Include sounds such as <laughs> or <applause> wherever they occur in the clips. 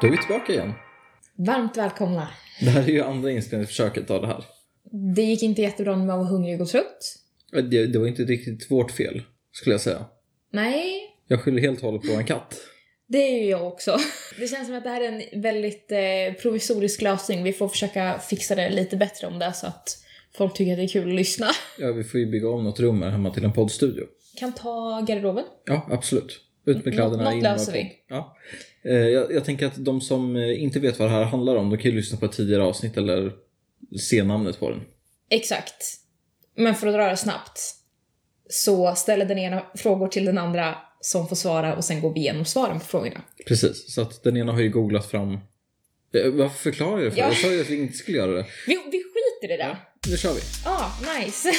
Då är vi tillbaka igen. Varmt välkomna. Det här är ju andra inspelningsförsöket av det här. Det gick inte jättebra när man var hungrig och trött. Eh, Det, det var inte riktigt vårt fel, skulle jag säga. Nej, Jag skyller helt och hållet på en katt. det är ju jag också. <laughs> Det känns som att det här är en väldigt eh, provisorisk lösning. Vi får försöka fixa det lite bättre om det är så att folk tycker att det är kul att lyssna. <laughs> Ja, vi får ju bygga om något rum här hemma till en poddstudio. Kan ta garderoben. Ja, absolut. Ut med kläderna. Något in med löser podd. vi. Ja. Eh, Jag, jag tänker att de som eh, inte vet vad det här handlar om, de kan ju lyssna på ett tidigare avsnitt eller se namnet på den. Exakt. Men för att dra det snabbt så ställer den ena frågor till den andra som får svara och sen går vi igenom svaren på frågorna. Precis, så att den ena har ju googlat fram... Eh, Varför förklarar jag det för? Ja. Jag sa ju att vi inte skulle göra det. Vi, vi skiter i det. Ja, Nu kör vi. ah, nice.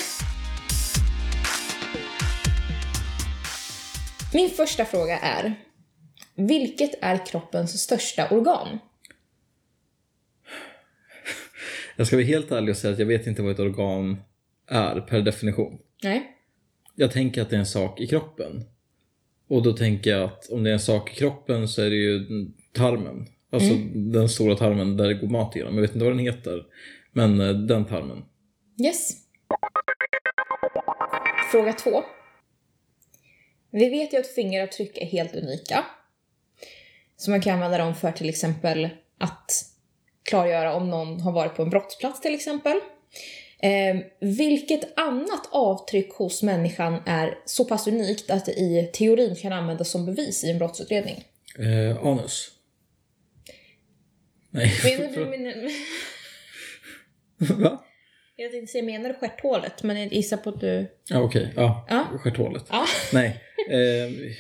Min första fråga är, vilket är kroppens största organ? Jag ska vara helt ärlig och säga att jag vet inte vad ett organ är per definition. Nej. Jag tänker att det är en sak i kroppen. Och då tänker jag att om det är en sak i kroppen så är det ju tarmen. Alltså den stora tarmen där det går mat igenom. Jag vet inte vad den heter. Men eh, den tarmen. Yes. Fråga två. Vi vet ju att fingeravtryck är helt unika. Så man kan använda dem för till exempel att klargöra om någon har varit på en brottsplats till exempel. Eh, vilket annat avtryck hos människan är så pass unikt att det i teorin kan användas som bevis i en brottsutredning? Eh, anus. Nej. Men, men, men, <laughs> Va? jag tänkte säga, menar du stjärthålet? Men jag gissar på att du... Ja, okej. Ja. Ja. Stjärthålet. Ja. Nej. Eh,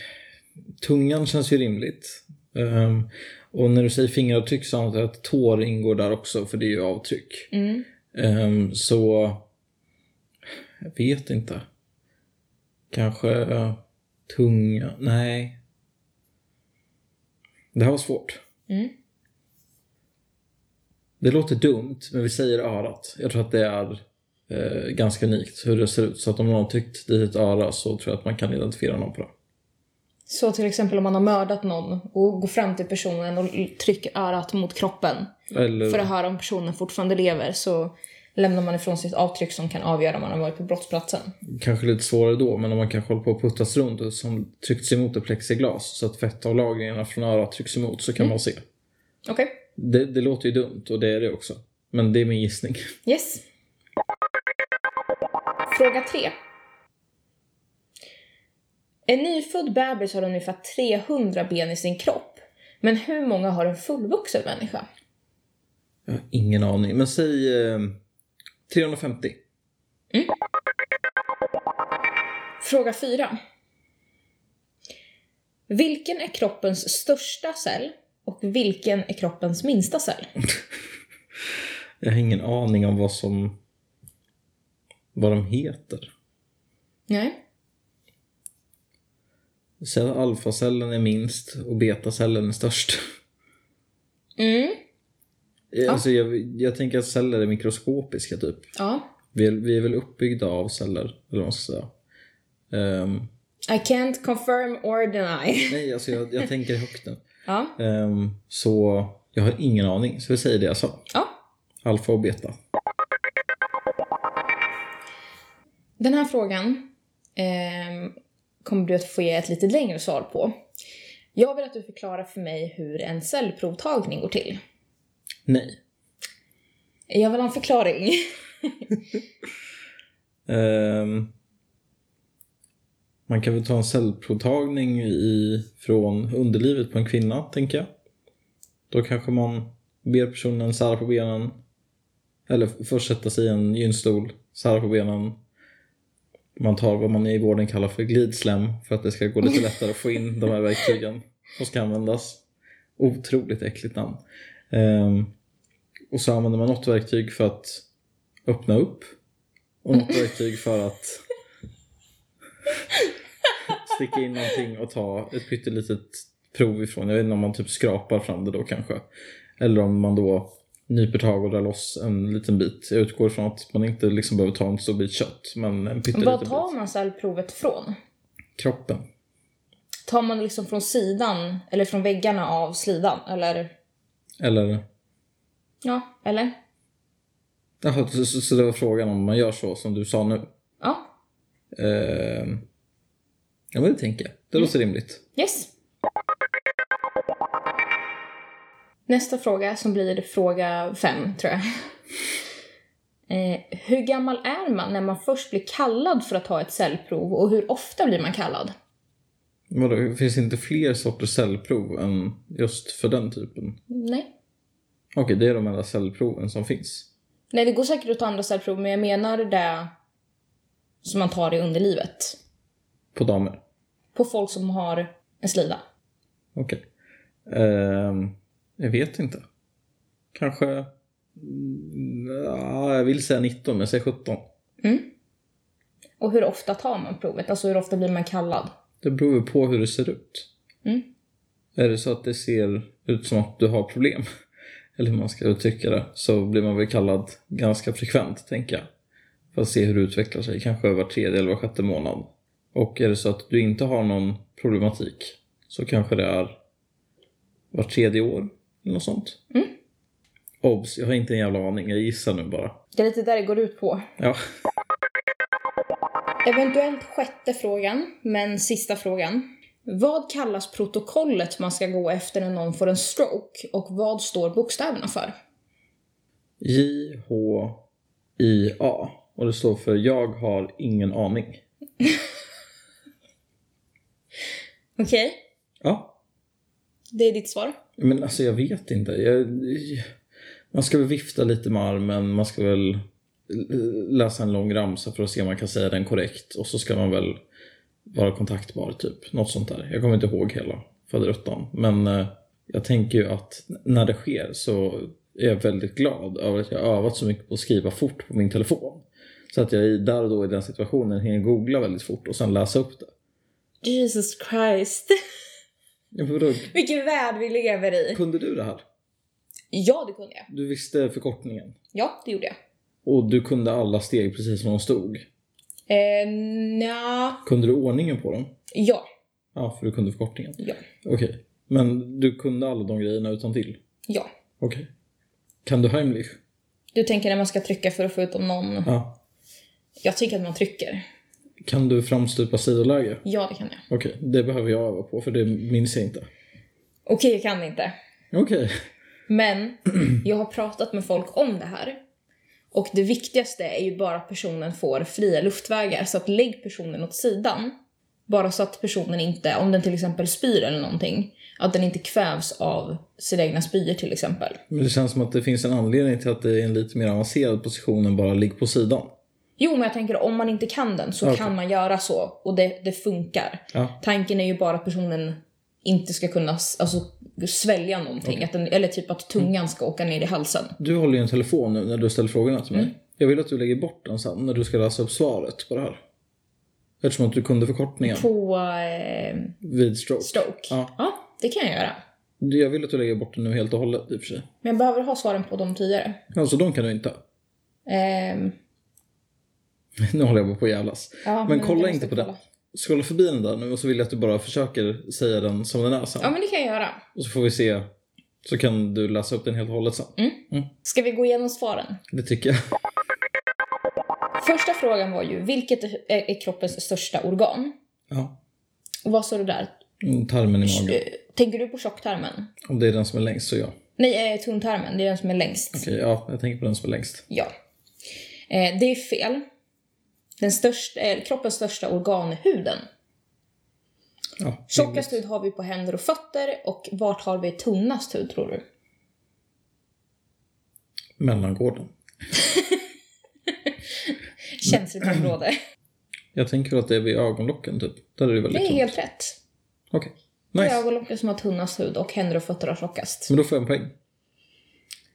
tungan känns ju rimligt. Ehm, och när du säger fingeravtryck så antar jag att tår ingår där också för det är ju avtryck. Mm. Ehm, så... Jag vet inte. Kanske eh, tunga... Nej. Det här var svårt. Mm. Det låter dumt, men vi säger örat. Jag tror att det är eh, ganska unikt hur det ser ut. Så att om någon har tyckt det är ett öra så tror jag att man kan identifiera någon på det. Så till exempel om man har mördat någon och går fram till personen och l- trycker örat mot kroppen Eller, för att höra om personen fortfarande lever så lämnar man ifrån sig ett avtryck som kan avgöra om man har varit på brottsplatsen. kanske lite svårare då, men om man kanske håller på att puttas runt och som tryckts emot ett plexiglas så att fettavlagringarna från örat trycks emot så kan Mm. man se. Okej. Det, det låter ju dumt och det är det också. Men det är min gissning. Yes. Fråga tre. En nyfödd bebis har ungefär 300 ben i sin kropp. Men hur många har en fullvuxen människa? Jag har ingen aning. Men säg eh, 350. Fråga 4. Vilken är kroppens största cell och vilken är kroppens minsta cell? Jag har ingen aning om vad som... Vad de heter. Nej. Säg att alfacellen är minst och betacellen är störst. Mm. Eh, Alltså jag, jag tänker att celler är mikroskopiska typ. Ja. Vi är, vi är väl uppbyggda av celler, eller vad man ska säga. Ehm, I can't confirm or deny. nej, alltså jag, jag tänker högt nu. Ja. Ehm, så jag har ingen aning. Så vi säger det jag sa. ja. Alfa och beta. Den här frågan ehm, kommer du att få ge ett lite längre svar på. Jag vill att du förklarar för mig hur en cellprovtagning går till. Nej. Jag vill ha en förklaring. Ehm, man kan väl ta en cellprovtagning i, från underlivet på en kvinna, tänker jag. Då kanske man ber personen sära på benen. Eller f- först sätta sig i en gynstol, sära på benen. Man tar vad man i vården kallar för glidslem för att det ska gå lite lättare att få in de här verktygen som ska användas. Otroligt äckligt namn. Ehm, och så använder man något verktyg för att öppna upp och något verktyg för att sticka in någonting och ta ett pyttelitet prov ifrån. Jag vet inte om man typ skrapar fram det då kanske. Eller om man då nyper tag och drar loss en liten bit. Jag utgår ifrån att man inte liksom behöver ta en stor bit kött, men en pytteliten Var bit. tar man cellprovet från? Kroppen. Tar man det liksom från sidan eller från väggarna av slidan? Eller? Eller? Ja, eller? Jaha, så, så, så det var frågan om man gör så som du sa nu. Ja. Ehm, ja, men det tänker jag. Det låter rimligt. Yes. Nästa fråga som blir fråga fem, tror jag. Eh, hur gammal är man när man först blir kallad för att ta ett cellprov och hur ofta blir man kallad? Vadå, finns det inte fler sorters cellprov än just för den typen? Nej. Okej, det är de enda cellproven som finns. Nej, det går säkert att ta andra cellprov, men jag menar det som man tar i underlivet. På damer. På folk som har en slida. Okej. Ehm, jag vet inte. Kanske... Mm, Ja, jag vill säga 19, men jag säger 17. Och hur ofta tar man provet? Alltså hur ofta blir man kallad? Det beror ju på hur det ser ut. Mm. Är det så att det ser ut som att du har problem, <laughs> eller hur man ska uttrycka det, så blir man väl kallad ganska frekvent, tänker jag. För att se hur det utvecklar sig, kanske var tredje eller var sjätte månad. Och är det så att du inte har någon problematik, så kanske det är var tredje år, eller något sånt. Mm. Obs, jag har inte en jävla aning, jag gissar nu bara. Det är lite där det går ut på. Ja, Eventuellt sjätte frågan, men sista frågan. Vad kallas protokollet man ska gå efter när någon får en stroke och vad står bokstäverna för? J-H-I-A. Och det står för Jag har ingen aning. Okej, Ja, det är ditt svar. men alltså jag vet inte. Jag, man ska väl vifta lite med armen, man ska väl l- läsa en lång ramsa för att se om man kan säga den korrekt. Och så ska man väl vara kontaktbar, typ. Något sånt där. Jag kommer inte ihåg hela faderuttan. Men eh, jag tänker ju att n- när det sker så är jag väldigt glad över att jag har övat så mycket på att skriva fort på min telefon. Så att jag i- där och då i den situationen hinner googla väldigt fort och sen läsa upp det. Jesus Christ. Ja, men vadå? <laughs> Vilken värld vi lever i. Kunde du det här? Ja, det kunde jag. Du visste förkortningen. Ja, det gjorde jag. Och du kunde alla steg precis som de stod. Eh, nja. Kunde du ordningen på dem? Ja. Ja, för du kunde förkortningen. Ja. Okej. Men du kunde alla de grejerna utan till? Ja. Okej. Kan du Heimlich? Du tänker när man ska trycka för att få ut om någon. Ja. Jag tycker att man trycker. Kan du framstupa sidoläge? Ja, det kan jag. Okej, det behöver jag öva på för det minns jag inte. Okej, jag kan inte. Okej. Men jag har pratat med folk om det här. Och det viktigaste är ju bara att personen får fria luftvägar. Så att lägg personen åt sidan. Bara så att personen inte, om den till exempel spyr eller någonting, att den inte kvävs av sina egna spyor till exempel. Men det känns som att det finns en anledning till att det är en lite mer avancerad position än bara ligg på sidan. Jo, men jag tänker om man inte kan den så Okej. kan man göra så och det, det funkar. Ja. Tanken är ju bara att personen inte ska kunna s- alltså, svälja någonting. Att den, eller typ att tungan ska åka ner i halsen. Du håller ju en telefon nu när du ställer frågorna till mig. Jag vill att du lägger bort den sen när du ska läsa upp svaret på det här. Eftersom att du kunde förkortningen På eh, vid stroke. stroke. Ja. det kan jag göra. Du, Jag vill att du lägger bort den nu helt och hållet i och för sig. Men jag behöver ha svaren på dem tidigare. Alltså de kan du inte. Ehm, <laughs> Nu håller jag bara på att jävlas. ja, men jag kolla måste inte på den. kolla. Scrolla förbi den där nu och så vill jag att du bara försöker säga den som den är sen. Ja, men det kan jag göra. Och så får vi se. Så kan du läsa upp den helt och hållet sen. Ska vi gå igenom svaren? Det tycker jag. <laughs> Första frågan var ju, vilket är- är kroppens största organ? Ja. Och vad står det där? Mm, Tarmen i magen. Eh, Tänker du på tjocktarmen? Om det är den som är längst så ja. Nej, eh, tunntarmen. Det är den som är längst. Okej, ja. Jag tänker på den som är längst. Ja. Eh, det är fel. Den största, eh, kroppens största organ är huden. Ja. Tjockast hud har vi på händer och fötter och vart har vi tunnast hud tror du? Mellangården. Känsligt område. Jag tänker att det är vid ögonlocken typ. Där är det Det väldigt är tunt. helt rätt. Okej. Det är Nice. ögonlocken som har tunnast hud och händer och fötter har tjockast. Men då får jag en poäng.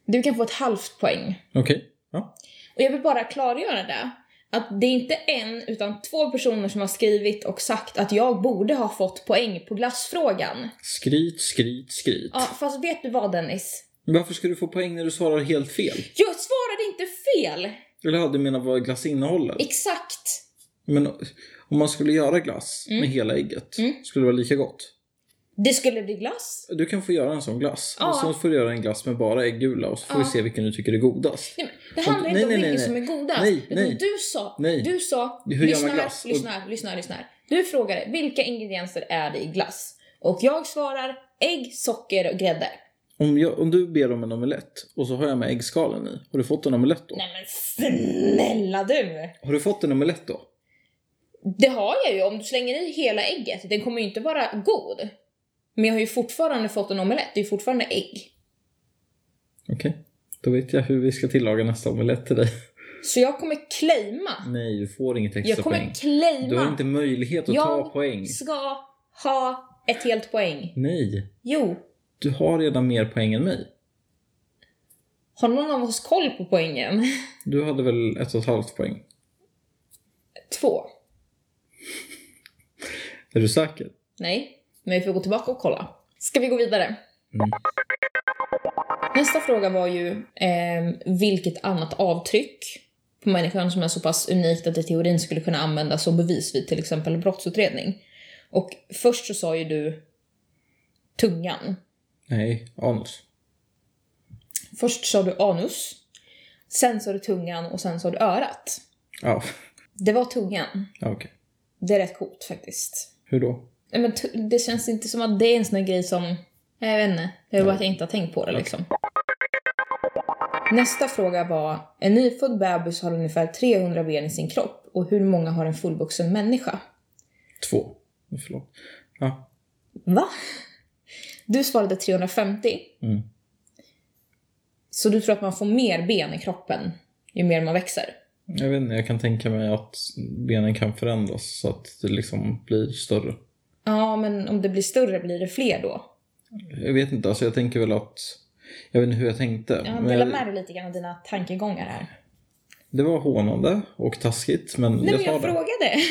Du kan få ett halvt poäng. Okej. Ja. Och jag vill bara klargöra det. Att det är inte en, utan två personer som har skrivit och sagt att jag borde ha fått poäng på glassfrågan. Skryt, skryt, skryt. Ja, fast vet du vad Dennis? Men Varför ska du få poäng när du svarar helt fel? Jag svarade inte fel! Eller ja, du menar vad glass innehåller? Exakt! Mm. Men om man skulle göra glass med hela ägget, skulle det vara lika gott? Det skulle bli glass. Du kan få göra en sån glass. Ja. Och så får du göra en glass med bara ägggula och så får Ja. vi se vilken du tycker är godast. Nej, men det handlar nej, inte om nej, vilken nej, som är nej. godast. Nej, utan nej. Du sa, Nej. du sa, Hur gör man lyssna här, glass? Och- lyssna här, lyssna här, lyssna här. Du frågade vilka ingredienser är det i glass? Och jag svarar ägg, socker och grädde. Om, jag, om du ber om en omelett och så har jag med äggskalen i. Har du fått en omelett då? Nej men snälla du! Har du fått en omelett då? Det har jag ju om du slänger i hela ägget. Den kommer ju inte vara god. Men jag har ju fortfarande fått en omelett, det är ju fortfarande ägg. Okej. Då vet jag hur vi ska tillaga nästa omelett till dig. <laughs> Så jag kommer claima. Nej, du får inget extra Jag kommer poäng. claima. Du har inte möjlighet att Jag- ta poäng. ska ha ett helt poäng. Nej. Jo, Du har redan mer poäng än mig. har någon av oss koll på poängen? Du hade väl ett och ett halvt poäng? Två. Är du säker? Nej, men vi får gå tillbaka och kolla. Ska vi gå vidare? Mm. Nästa fråga var ju eh, vilket annat avtryck på människan som är så pass unikt att i teorin skulle kunna användas som bevis vid till exempel brottsutredning. Och först så sa ju du tungan. Nej, anus. Först sa du anus, sen sa du tungan och sen sa du örat. Ja, <laughs> Det var tungan. ja okej. Det är rätt coolt faktiskt. Hur då? Nej, men tu- det känns inte som att det är en sån här grej som... Jag vet inte. Det är bara att jag inte har tänkt på det liksom. Nästa fråga var, en nyfödd bebis har ungefär 300 ben i sin kropp och hur många har en fullvuxen människa? Två. Förlåt. Ja. Va? Du svarade 350. Mm. Så du tror att man får mer ben i kroppen ju mer man växer? Jag vet inte, jag kan tänka mig att benen kan förändras så att det liksom blir större. Ja, men om det blir större blir det fler då? Jag vet inte, alltså jag tänker väl att... Jag vet inte hur jag tänkte. Jag men delar jag- med dig lite grann av dina tankegångar här. det var hånande och taskigt, men Nej, jag men tar jag det. frågade.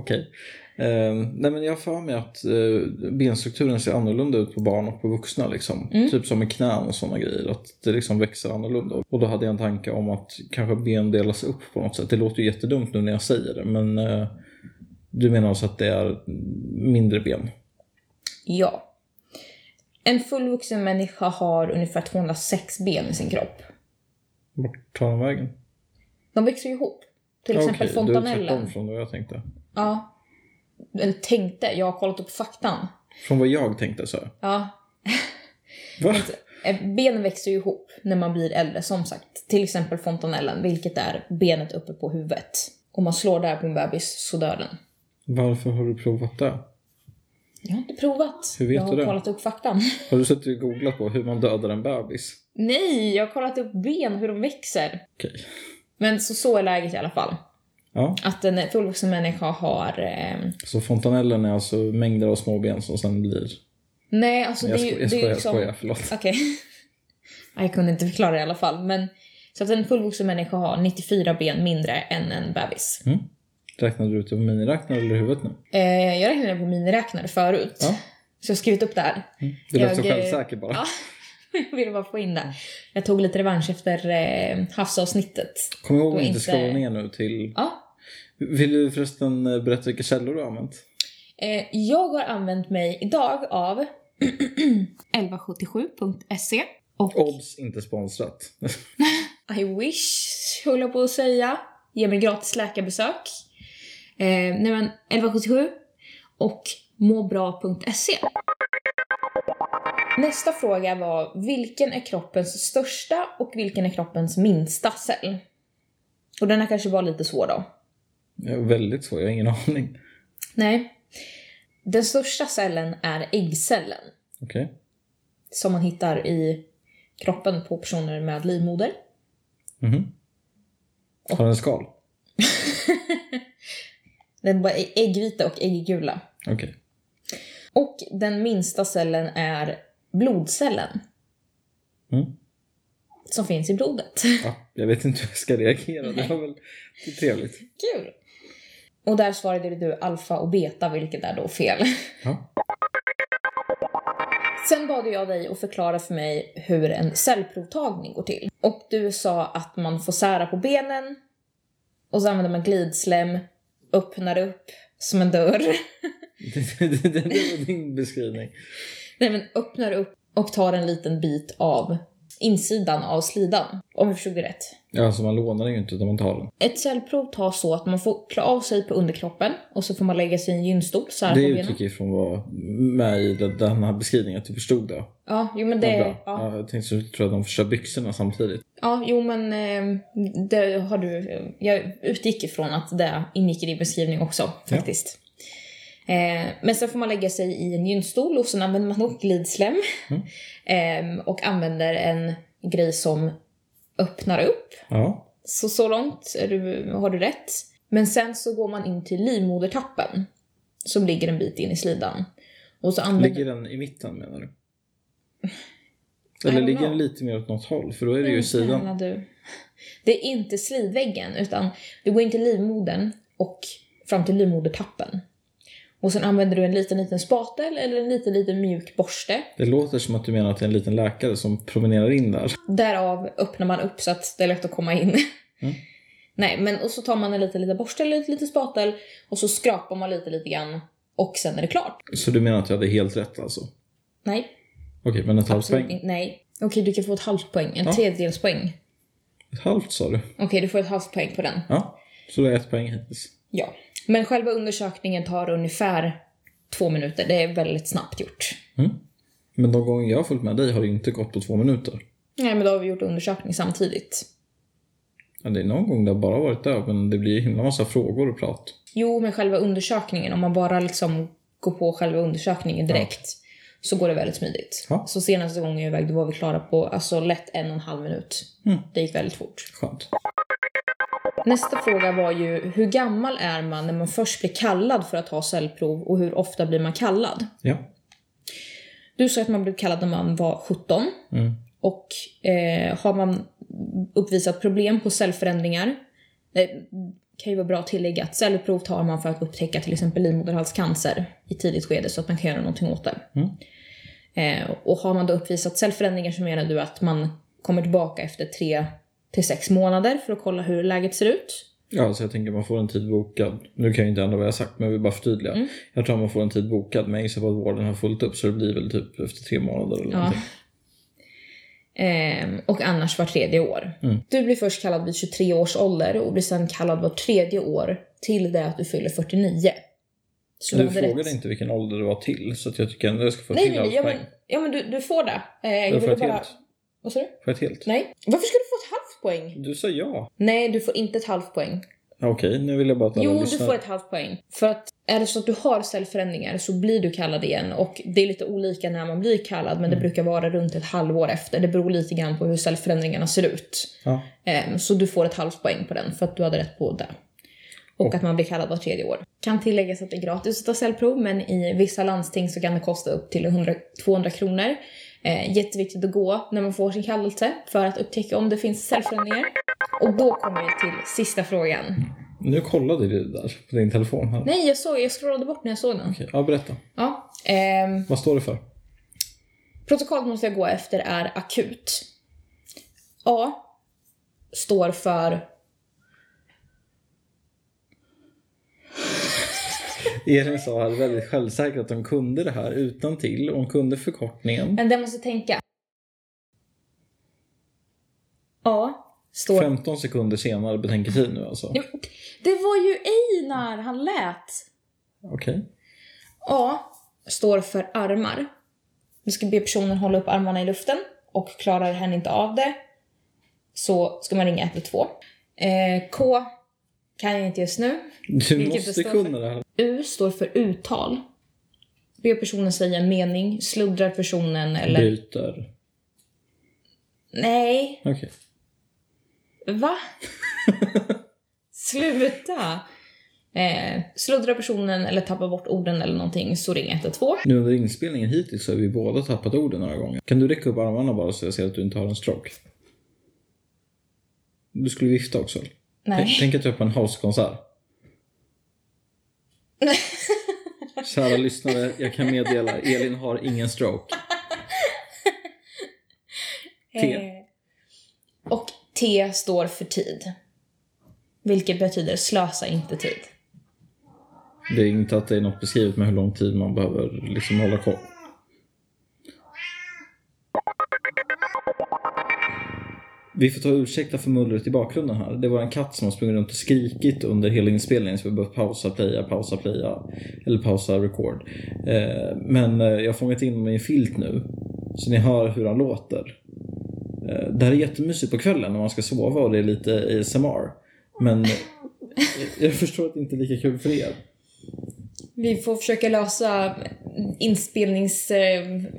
Okej. Eh, nej men jag har för mig att eh, benstrukturen ser annorlunda ut på barn och på vuxna. Liksom. Mm. Typ som med knän och sådana grejer. Att det liksom växer annorlunda. Och då hade jag en tanke om att kanske ben delas upp på något sätt. Det låter ju jättedumt nu när jag säger det. Men eh, du menar alltså att det är mindre ben? Ja. En fullvuxen människa har ungefär 206 ben i sin kropp. Vart tar de vägen? De växer ju ihop. Till exempel Okej, då är det tvärtom fontanellen. från vad jag tänkte. Ja. Eller tänkte, jag har kollat upp faktan. Från vad jag tänkte så. Ja. Va? Eh, Ben växer ju ihop när man blir äldre, som sagt. Till exempel fontanellen, vilket är benet uppe på huvudet. Om man slår där på en bebis så dör den. Varför har du provat det? Jag har inte provat. Hur vet jag har du det? kollat upp faktan. <laughs> Har du suttit och googlat på hur man dödar en bebis? Nej, jag har kollat upp ben, hur de växer. Okej. Men så, så är läget i alla fall. Ja. Att en fullvuxen människa har... Eh, Så fontanellen är alltså mängder av små ben som sen blir... nej, alltså Jag, det är sko- ju... jag det skojar, jag är ju liksom, skojar, förlåt. Okej. <laughs> Nej, Jag kunde inte förklara det i alla fall. Men, så att en fullvuxen människa har 94 ben mindre än en bebis. Mm. Räknade du ut det på miniräknare eller i huvudet nu? Eh, jag räknade på miniräknare förut. Ja. Mm. Så jag har skrivit upp det här. Du lät så Jag, eh, självsäker bara. ja. <laughs> Jag ville bara få in det. Jag tog lite revansch efter eh, havsavsnittet. Kom ihåg Och att inte inte- skrolla ner nu till... Ja. Vill du förresten eh, berätta vilka källor du har använt? Eh, jag har använt mig idag av <clears throat> 1177.se och Odds inte sponsrat. <laughs> I wish, höll jag på att säga. Ge mig gratis läkarbesök. Eh, nej men, 1177 och måbra.se. Nästa fråga var vilken är kroppens största och vilken är kroppens minsta cell? Och den här kanske var lite svår då. Det är väldigt svår, jag har ingen <laughs> aning. Nej. Den största cellen är äggcellen Okej. som man hittar i kroppen på personer med livmoder. Mhm. Har den skal? Den var ä- äggvita och ägggula. Okej. Och den minsta cellen är blodcellen. Mm. Som finns i blodet. <laughs> Ja, jag vet inte hur jag ska reagera. Det var väl det är trevligt. Kul! Och där svarade du alfa och beta, vilket är då fel. <laughs> Ja. <laughs> Sen bad jag dig att förklara för mig hur en cellprovtagning går till. Och du sa att man får sära på benen och så använder man glidslem, öppnar upp som en dörr <laughs> det, det, det, det var din beskrivning. Nej men öppnar upp och tar en liten bit av insidan av slidan. Om jag förstod det rätt. Ja, alltså man lånar den ju inte utan man tar den. Ett cellprov tas så att man får klä av sig på underkroppen och så får man lägga sig i en gynstol så här Det på benen. utgick ifrån vad med i den den här beskrivningen, att du förstod det. Ja, jo men Det det... är Ja, bra. Ja, jag tänkte så tror jag att de förstör byxorna samtidigt. ja jo men eh, det har du... Jag utgick ifrån att det ingick i din beskrivning också faktiskt. Eh, men sen får man lägga sig i en gynstol och sen använder man nog glidslem. Mm. Eh, och använder en grej som öppnar upp Ja. Så, så långt är du, har du rätt. Men sen så går man in till livmodertappen som ligger en bit in i slidan. Och så använder... Ligger den i mitten menar du? I Eller don't ligger den know. lite mer åt något håll? För då är det ju Nej, sidan. snälla Du. Det är inte slidväggen utan du går in till livmodern och fram till livmodertappen. Och sen använder du en liten liten spatel eller en liten liten mjuk borste. Det låter som att du menar att det är en liten läkare som promenerar in där. Därav öppnar man upp så att det är lätt att komma in. Mm. Nej, men och så tar man en liten liten borste eller en liten spatel och så skrapar man lite lite grann och sen är det klart. Så du menar att jag hade helt rätt alltså? Nej, Okej, men ett halvt Absolut poäng? inte. Typ Nej. Okej, du kan få ett halvt poäng. En Ja. tredjedels poäng. Ett halvt sa du? Okej, du får ett halvt poäng på den. Ja. Så det är ett poäng hittills. Ja. Men själva undersökningen tar ungefär två minuter. Det är väldigt snabbt gjort. Men de gånger jag har följt med dig har det inte gått på två minuter. Nej, men då har vi gjort undersökning samtidigt. Ja, det är någon gång det har bara varit där, men det blir ju himla massa frågor och prat. Jo, men själva undersökningen, om man bara liksom går på själva undersökningen direkt så går det väldigt smidigt. Ja. Så senaste gången jag var iväg, då var vi klara på alltså lätt en och en halv minut. Mm. Det gick väldigt fort. Skönt. Nästa fråga var ju hur gammal är man när man först blir kallad för att ta cellprov och hur ofta blir man kallad? Ja. Du sa att man blev kallad när man var 17 Mm. och eh, har man uppvisat problem på cellförändringar, det kan ju vara bra att tillägga att cellprov tar man för att upptäcka till exempel livmoderhalscancer i tidigt skede så att man kan göra någonting åt det. Mm. Eh, och har man då uppvisat cellförändringar så menar du att man kommer tillbaka efter 3 till 6 månader för att kolla hur läget ser ut. Ja, så jag tänker man får en tid bokad. Nu kan jag inte ändra vad jag sagt, men jag vill bara förtydliga. Mm. Jag tror man får en tid bokad, men jag gissar på att vården har fullt upp så det blir väl typ efter tre månader eller Ja. någonting. Ehm, och annars var tredje år. Mm. Du blir först kallad vid 23 års ålder och blir sen kallad var tredje år till det att du fyller 49. Så Du hade frågade rätt. inte vilken ålder det var till, så att jag tycker ändå jag ska få ett Nej, till nej, halvt nej. Ja, men, poäng. ja, men du, du får det. Eh, jag Eller får ville jag bara... ett helt? Vad sa du? Får jag ett helt? Nej. Varför ska du få ett halvt poäng? Du sa ja. Nej, du får inte ett halvt poäng. Ja, Okej, nu vill jag bara att alla Jo, du lyssnar. får ett halvt poäng. För att är det så att du har cellförändringar så blir du kallad igen. Och det är lite olika när man blir kallad, men det Mm. brukar vara runt ett halvår efter. Det beror lite grann på hur cellförändringarna ser ut. Ja. Ehm, Så du får ett halvt poäng på den för att du hade rätt på det. Och att man blir kallad var tredje år. Kan tilläggas att det är gratis att ta cellprov men i vissa landsting så kan det kosta upp till 100, 200 kronor. Eh, jätteviktigt att gå när man får sin kallelse för att upptäcka om det finns cellförändringar. Och då kommer vi till sista frågan. Nu kollade du där på din telefon. Här. Nej, jag, såg, jag scrollade bort när jag såg den. Okej, ja, berätta. Ja. ehm, Vad står det för? Protokollet man ska gå efter är akut. A står för Elin sa här väldigt självsäkert att hon kunde det här utan till. Hon kunde förkortningen. Men den måste tänka. A står... 15 sekunder senare betänketid nu alltså. Nej, men Det var ju Einar han lät! Okej. A står för armar. Du ska be personen hålla upp armarna i luften och klarar hen inte av det så ska man ringa 112. Eh, K kan jag inte just nu. Du Vilket det måste står kunna det här. U står för uttal. Be personen säga en mening, sluddrar personen eller... Byter. Nej, Okej. Va? Sluta! Eh, sluddrar personen eller tappar bort orden eller någonting så ring 112. Nu under inspelningen hittills så har vi båda tappat orden några gånger. Kan du räcka upp armarna bara så jag ser att du inte har en stroke? Du skulle vifta också. Tänk- Nej. Tänk att du är på en <laughs> housekonsert. Kära lyssnare, jag kan meddela. Elin har ingen <laughs> stroke. <laughs> T. Eh, och T står för tid. Vilket betyder slösa inte tid. Det är inte att det är något beskrivet med hur lång tid man behöver liksom hålla koll. Vi får ta ursäkta för mullret i bakgrunden här. Det var en katt som har sprungit runt och skrikit under hela inspelningen så vi behöver pausa, playa, pausa, playa. Eller pausa, record. Eh, men eh, jag har fångat in honom i en filt nu. Så ni hör hur han låter. Eh, det här är jättemysigt på kvällen när man ska sova och det är lite ASMR. Men eh, jag förstår att det inte är lika kul för er. Vi får försöka lösa inspelningsområdet,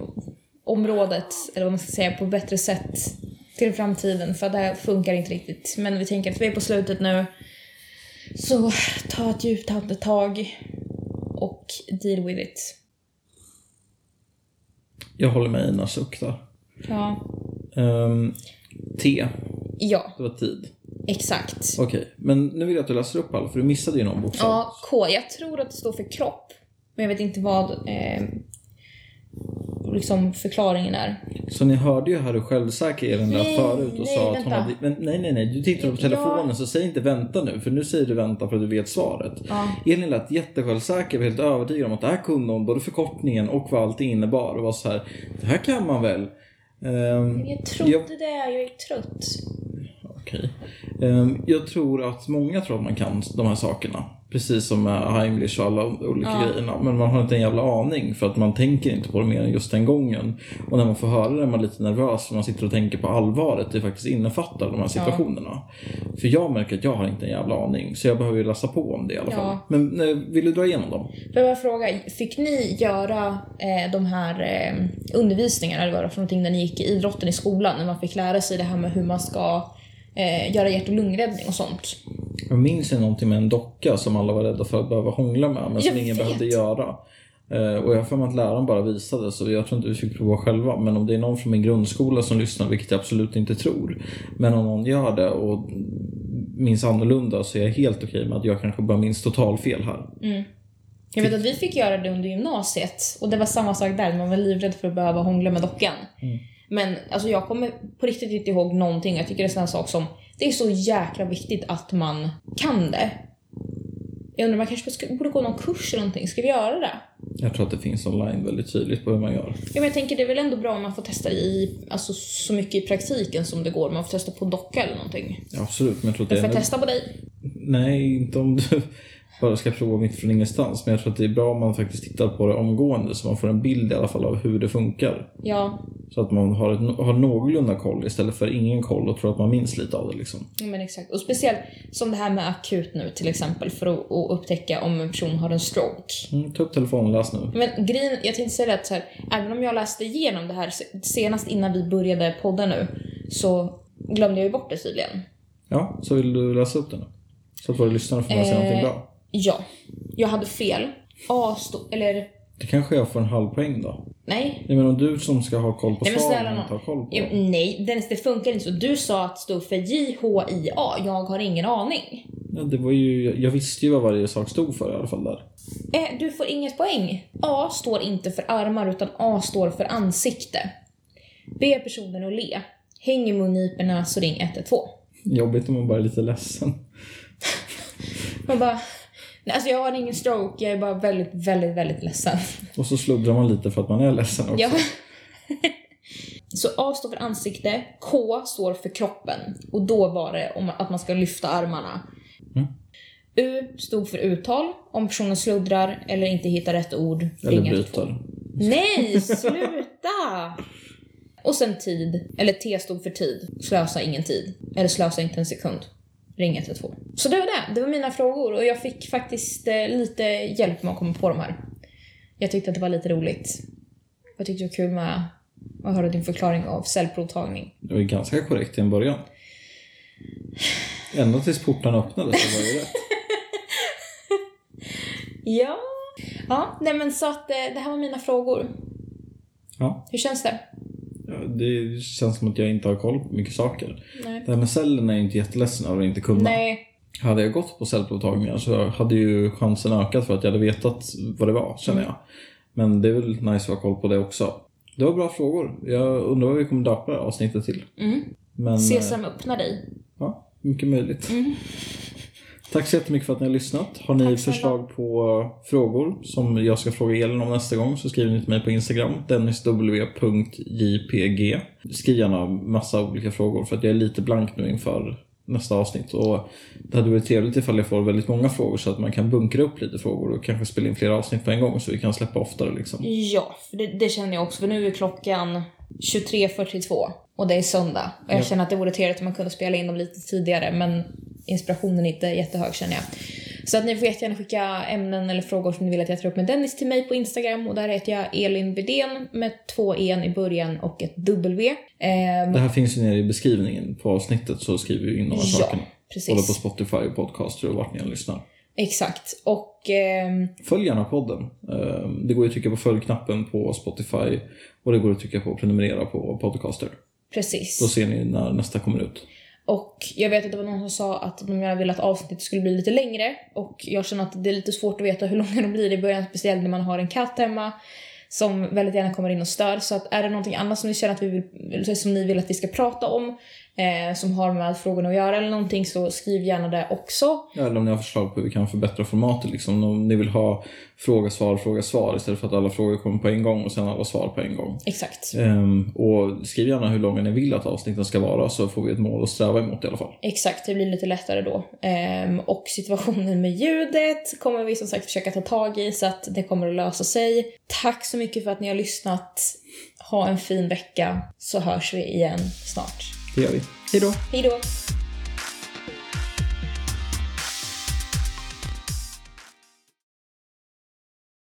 eller vad man ska säga, på bättre sätt till framtiden. För det här funkar inte riktigt. Men vi tänker att vi är på slutet nu. Så ta ett djupt andetag och deal with it. Jag håller med Ina suck där. Ja, Ehm, T. ja Det var tid. exakt. Okej, men nu vill jag att du läser upp alla för du missade ju någon bokstav. Ja, K. Jag tror att det står för kropp. Men jag vet inte vad eh, liksom förklaringen är. Så ni hörde ju här hur självsäker Elin lät Nej, förut och nej, sa att hon vänta. hade... Men, nej, nej, nej. Du tittar på Ja. telefonen så säg inte vänta nu för nu säger du vänta för att du vet svaret. Ja. Elin lät jättesjälvsäker och helt övertygad om att det här kunde hon, både förkortningen och vad allting innebar. Och var så här, det här kan man väl? Ehm, Jag trodde det, jag är trött. Okej. Ehm, Jag tror att många tror att man kan de här sakerna. Precis som med Heimlich och alla olika Ja. grejerna. Men man har inte en jävla aning för att man tänker inte på det mer än just den gången. Och när man får höra det är man lite nervös för man sitter och tänker på allvaret det faktiskt innefattar de här situationerna. För jag märker att jag har inte en jävla aning så jag behöver ju läsa på om det i alla Ja. fall. Men eh, vill du dra igenom dem? Får jag bara fråga, fick ni göra eh, de här eh, undervisningarna, eller vad det var för någonting, när ni gick i idrotten i skolan? När man fick lära sig det här med hur man ska eh, göra hjärt och lungräddning och sånt? Jag minns ju någonting med en docka som alla var rädda för att behöva hångla med men som Jag ingen vet. behövde göra. Eh, Och jag har för mig att läraren bara visade så jag tror inte vi fick prova själva. Men om det är någon från min grundskola som lyssnar, vilket jag absolut inte tror. Men om någon gör det och minns annorlunda så är jag helt okej med att jag kanske bara minns totalfel här. Jag vet att vi fick göra det under gymnasiet och det var samma sak där, man var livrädd för att behöva hångla med dockan. Men alltså, jag kommer på riktigt inte ihåg någonting. Jag tycker det är en sån här sak som, det är så jäkla viktigt att man kan det. Jag undrar, man kanske ska- borde gå någon kurs eller någonting. Ska vi göra det? Jag tror att det finns online väldigt tydligt på hur man gör. Ja, men jag tänker det är väl ändå bra om man får testa i, alltså, så mycket i praktiken som det går. Man får testa på en docka eller någonting. Ja, absolut, men jag tror att det Jag är får ännu... testa på dig. Nej, inte om du <laughs> bara ska prova mitt från ingenstans. Men jag tror att det är bra om man faktiskt tittar på det omgående så man får en bild i alla fall av hur det funkar. Ja, Så att man har, ett, har någorlunda koll istället för ingen koll och tror att man minns lite av det. Liksom. ja, men exakt. Och speciellt som det här med akut nu till exempel för att, att upptäcka om en person har en stroke. Mm, ta upp telefonen och läs nu. Men grejen, jag tänkte säga det att så här, även om jag läste igenom det här se- senast innan vi började podda nu så glömde jag ju bort det tydligen. Ja, så vill du läsa upp den då? Så att våra lyssnare får med sig Eh. någonting bra. Ja, jag hade fel. A stod, eller Det kanske jag får en halv poäng då. nej. Jag menar om du som ska ha koll på Nej men svaren snälla inte har koll nån. på. Ja, Nej, Dennis det funkar inte så. Du sa att det stod för J-H-I-A. Jag har ingen aning. Ja, det var ju, jag visste ju vad varje sak stod för i alla fall där. Eh, du får inget poäng. A står inte för armar utan A står för ansikte. B personen att le. Häng i mungiporna så ring 112. Jobbigt om man bara är lite ledsen. Man bara... Nej, alltså jag har ingen stroke, jag är bara väldigt, väldigt, väldigt ledsen. Och så sluddrar man lite för att man är ledsen också. Jag... <laughs> Så A står för ansikte, K står för kroppen. Och då var det om att man ska lyfta armarna. Mm. U stod för uttal, om personen sluddrar eller inte hittar rätt ord. Eller ring ett- bryter. Nej, sluta! Och sen tid, eller T stod för tid. Slösa ingen tid. Eller slösa inte en sekund. Ring 112. Så det var det. Det var mina frågor och jag fick faktiskt eh, lite hjälp med att komma på de här. Jag tyckte att det var lite roligt. Jag tyckte det var kul med att höra din förklaring av cellprovtagning. Det var ju ganska korrekt i en början. Ända tills portarna öppnades så var det ju rätt. Ja. Ja, nej men så att eh, det här var mina frågor. Ja. Hur känns det? Ja, Det känns som att jag inte har koll på mycket saker. Nej. Det här med cellerna är jag inte jätteledsen över att inte kunna. Nej. Hade jag gått på cellprovtagningar så hade ju chansen ökat för att jag hade vetat vad det var, känner jag. Men det är väl nice att ha koll på det också. Det var bra frågor. Jag undrar vad vi kommer döpa det här avsnittet till. Mm. Men, eh, Sesam öppna dig. Ja, mycket möjligt. Tack så jättemycket för att ni har lyssnat. Har ni Mm. Tack snälla. förslag på eh, frågor som jag ska fråga Elin om nästa gång så skriver ni till mig på Instagram, dennisw.jpg. Skriv gärna massa olika frågor för att jag är lite blank nu inför nästa avsnitt. Och det hade varit trevligt ifall jag får väldigt många frågor så att man kan bunkra upp lite frågor och kanske spela in flera avsnitt på en gång så vi kan släppa oftare. Liksom. Ja, för det, det känner jag också. För nu är klockan 23.42 och det är söndag. Och jag Ja. känner att det vore trevligt om man kunde spela in dem lite tidigare, men inspirationen är inte jättehög känner jag. Så att ni får jättegärna skicka ämnen eller frågor som ni vill att jag tar upp med Dennis till mig på Instagram och där heter jag Elin Widén med två en i början och ett W. Ehm, Det här finns ju nere i beskrivningen på avsnittet så skriver vi in de här ja, sakerna. Både på precis. Spotify och podcaster och vart ni än lyssnar. Exakt. Och ehm, Följ gärna podden. Eh, Det går ju att trycka på följ-knappen på Spotify och det går att trycka på prenumerera på podcaster. precis. Då ser ni när nästa kommer ut. Och jag vet att det var någon som sa att de gärna ville att avsnittet skulle bli lite längre och jag känner att det är lite svårt att veta hur långa de blir i början, speciellt när man har en katt hemma som väldigt gärna kommer in och stör. Så att är det någonting annat som ni känner att vi vill, som ni vill att vi ska prata om, eh, som har med frågorna att göra eller någonting så skriv gärna det också. Eller om ni har förslag på hur vi kan förbättra formatet. Liksom. Om ni vill ha fråga, svar, fråga, svar istället för att alla frågor kommer på en gång och sen alla svar på en gång. Exakt. Ehm, och skriv gärna hur långa ni vill att avsnitten ska vara så får vi ett mål att sträva emot i alla fall. Exakt, det blir lite lättare då. Ehm, och situationen med ljudet kommer vi som sagt försöka ta tag i så att det kommer att lösa sig. Tack så mycket för att ni har lyssnat. Ha en fin vecka så hörs vi igen snart. Det gör vi. Hej då! Hej då!